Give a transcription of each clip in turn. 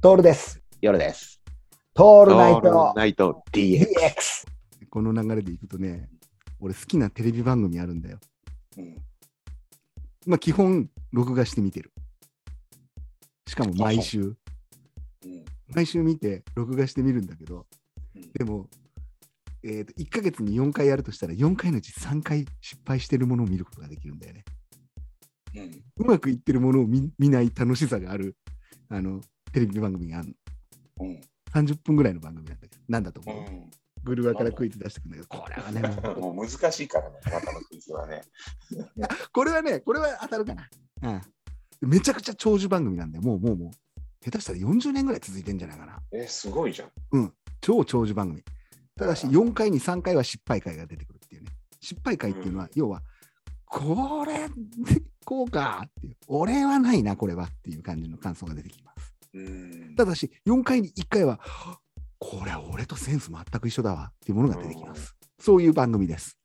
トールです。夜です。トオールナイトナイト DX。 DX。この流れでいくとね、俺好きなテレビ番組あるんだよ。まあ基本、録画して見てる。しかも毎週。毎週見て、録画して見るんだけど、でも、えー、と1ヶ月に4回やるとしたら、4回のうち3回失敗してるものを見ることができるんだよね。うまくいってるものを見見ない楽しさがある、あの、テレビ番組があるの。30分ぐらいの番組なんだけど、なんだと思う、グルワからクイズ出してくるんだけど、これはね、もうもう難しいからね、あなたのクイズはね。これはね、これは当たるかな。うん。めちゃくちゃ長寿番組なんだよ。もうもうもう。下手したら40年ぐらい続いてんじゃないかな。え、すごいじゃん。超長寿番組。ただし、4回に3回は失敗回が出てくるっていうね。失敗回っていうのは、要は、これ、こうかっていう。俺はないな、これはっていう感じの感想が出てきます。うんただし、4回に1回は、これ俺とセンス全く一緒だわっていうものが出てきます。そういう番組です。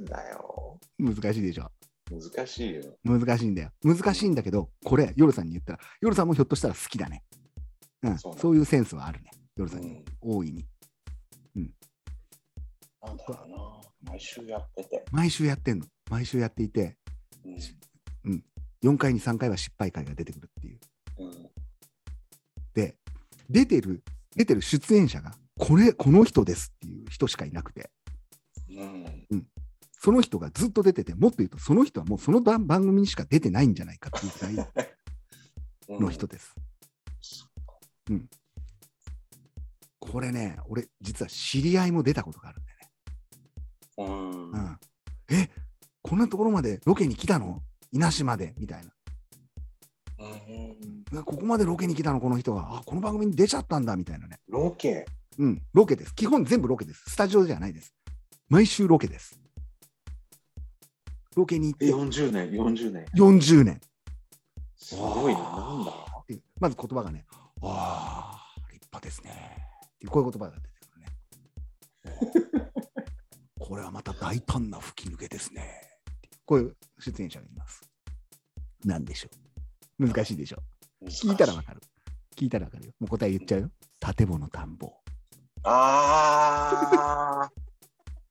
だよ。難しいでしょ。難しいよ。難しいんだよ。難しいんだけど、これ、ヨルさんに言ったら、ヨルさんもひょっとしたら好きだね。うん、そうそなうのいうセンスはあるね。ヨルうさんに、ん、大いに。なんだろうな。毎週やってて。毎週やってんの。毎週やっていて、う4回に3回は失敗回が出てくるっていう。んうんで、出てる、出てる出演者が、これ、この人ですっていう人しかいなくて、うんその人がずっと出てて、もっと言うと、その人はもうその番番組にしか出てないんじゃないかっていうぐらいうんの人です。うん。これね、俺、実は知り合いも出たことがあるんだよね。うんうんえこんなところまでロケに来たの稲市までみたいなうんうわここまでロケに来たのこの人があこの番組に出ちゃったんだみたいなねロケ。うんロケです基本全部ロケですスタジオじゃないです毎週ロケですロケに行って40年、40年。 40年すごいね。なんだっていうまず言葉がねあー立派ですねっていうこういう言葉が出てくるね これはまた大胆な吹き抜けですねっていうこういう出演者がいますなんでしょう難しいでしょ聞いたらわかる。聞いたらわかるよ。もう答え言っちゃうよ。建物探訪。ああ。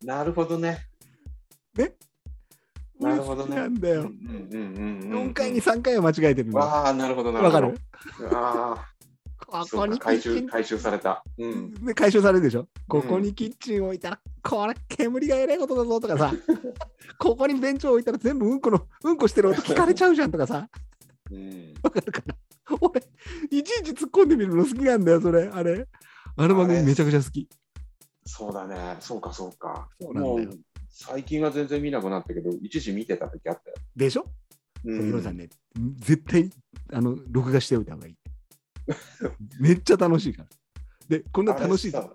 なるほどね。ねなるほどね。俺好きなんだようんうんうんうんうん4回に3回は間違えてるの。わわあ、なるほど、なるほかどる。ああ、こそこうかに回キ 収、ッ回収された。うチん。ン。で解消されるでしょ、ここにキッチン置いたら、これ、煙がえらいことだぞとかさ、 ここにベンチを置いたら全部うんこの、うんこしてる音聞かれちゃうじゃんとかさ、 うん。わかるかな。俺、いちいち突っ込んでみるの好きなんだよ、それ、あれ。あの番組めちゃくちゃ好き。そうだね。そうか、そうか。そうなんもだうよ。最近は全然見なくなったけど、一時見てた時あったよ。でしょ、うこれヒロさんんね、絶対あの録画しておいた方がいい。 めっちゃ楽しいから。で、こんな楽しいあれさ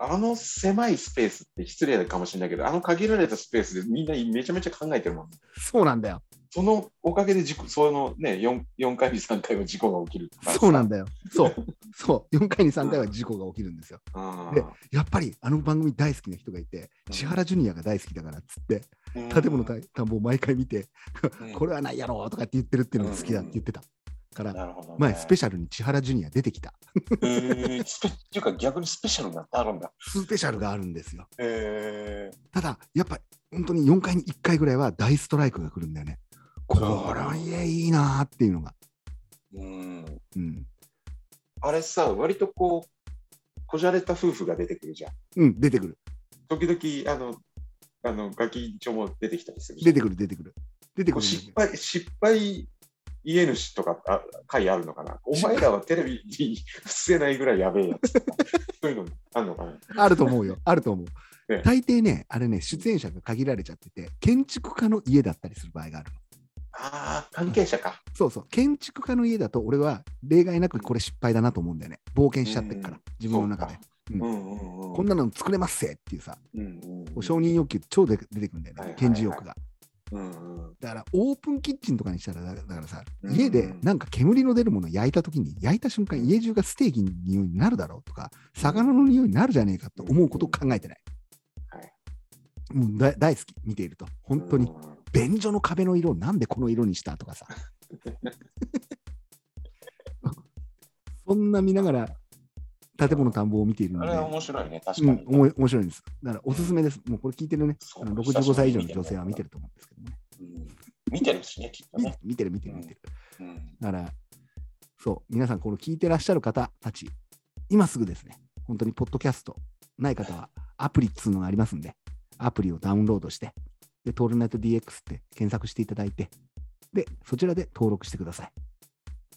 あの狭いスペースって失礼かもしれないけど、あの限られたスペースでみんなめちゃめちゃ考えてるもん。そうなんだよ。そのおかげで事故、そのね、4, 4回に3回は事故が起きるとかさそうなんだよ。そう。そう。4回に3回は事故が起きるんですよ。あでやっぱりあの番組大好きな人がいて、うん千原ジュニアが大好きだからっつって、ー建物た田んぼを毎回見て、うんこれはないやろとかって言ってるっていうのが好きだって言ってた。から、なるほどね、前スペシシャルに千原ジュニア出てきた。ャル。スペっていうか逆にスペシャルになってあるんだ。スペシャルがあるんですよ。えただ、やっぱ本当に4回に1回ぐらいは大ストライクが来るんだよね。これいいなーっていうのが。ー、うん。うん。あれさ、割とこう、こじゃれた夫婦が出てくるじゃん。うん、出てくる。時々、あの、あのガキンチョも出てきたりするじゃん出てくる、出てくる。出てくるんだけど。失敗、失敗家主とかあ会あるのか なお前らはテレビに伏せないぐらいやべえやつとか。そういうのあるのかなあると 思うよ。あると思うええ。大抵ね、あれね、出演者が限られちゃってて、建築家の家だったりする場合があるの。ああ、関係者か。そうそう、建築家の家だと、俺は例外なくこれ失敗だなと思うんだよね。冒険しちゃってるから、自分の中でそう。うんうんうんうん。こんなの作れますせっていうさ、うんうんうんこう承認欲求超で出てくるんだよはいはいねは、い顕示欲が。うんうんだから、オープンキッチンとかにしたら、だだからさ、うん家でなんか煙の出るものを焼いたときに、焼いた瞬間、家中がステーキの匂いになるだろうとか、魚の匂いになるじゃねえかと思うことを考えてない。はいもうだ大好き、見ていると。本当にう、んうん便所の壁の色、なんでこの色にしたとかさ。 そんな見ながら、建物田んぼを見ているのあでれ、は面白いね、確うかんに。、おも面白いんです。だからおすすめです。もうこれ聞いてるね、そあうの65歳以上の女性は見てると思うんですけどね。うん見てるしね、きっとね。見てる見てる見てる。うんだから、そう、皆さん、この聞いてらっしゃる方たち、今すぐですね、本当にポッドキャストない方は、アプリっつうのがありますんで、アプリをダウンロードして、で、トールナイト DX って検索していただいて、で、そちらで登録してください。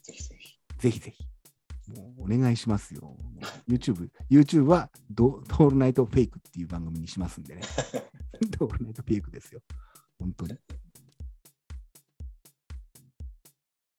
ぜひぜひ。ぜひぜひ。もうお願いしますよ。もう YouTube、YouTube はドトールナイトフェイクっていう番組にしますんでね。トールナイトフェイクですよ。本当に。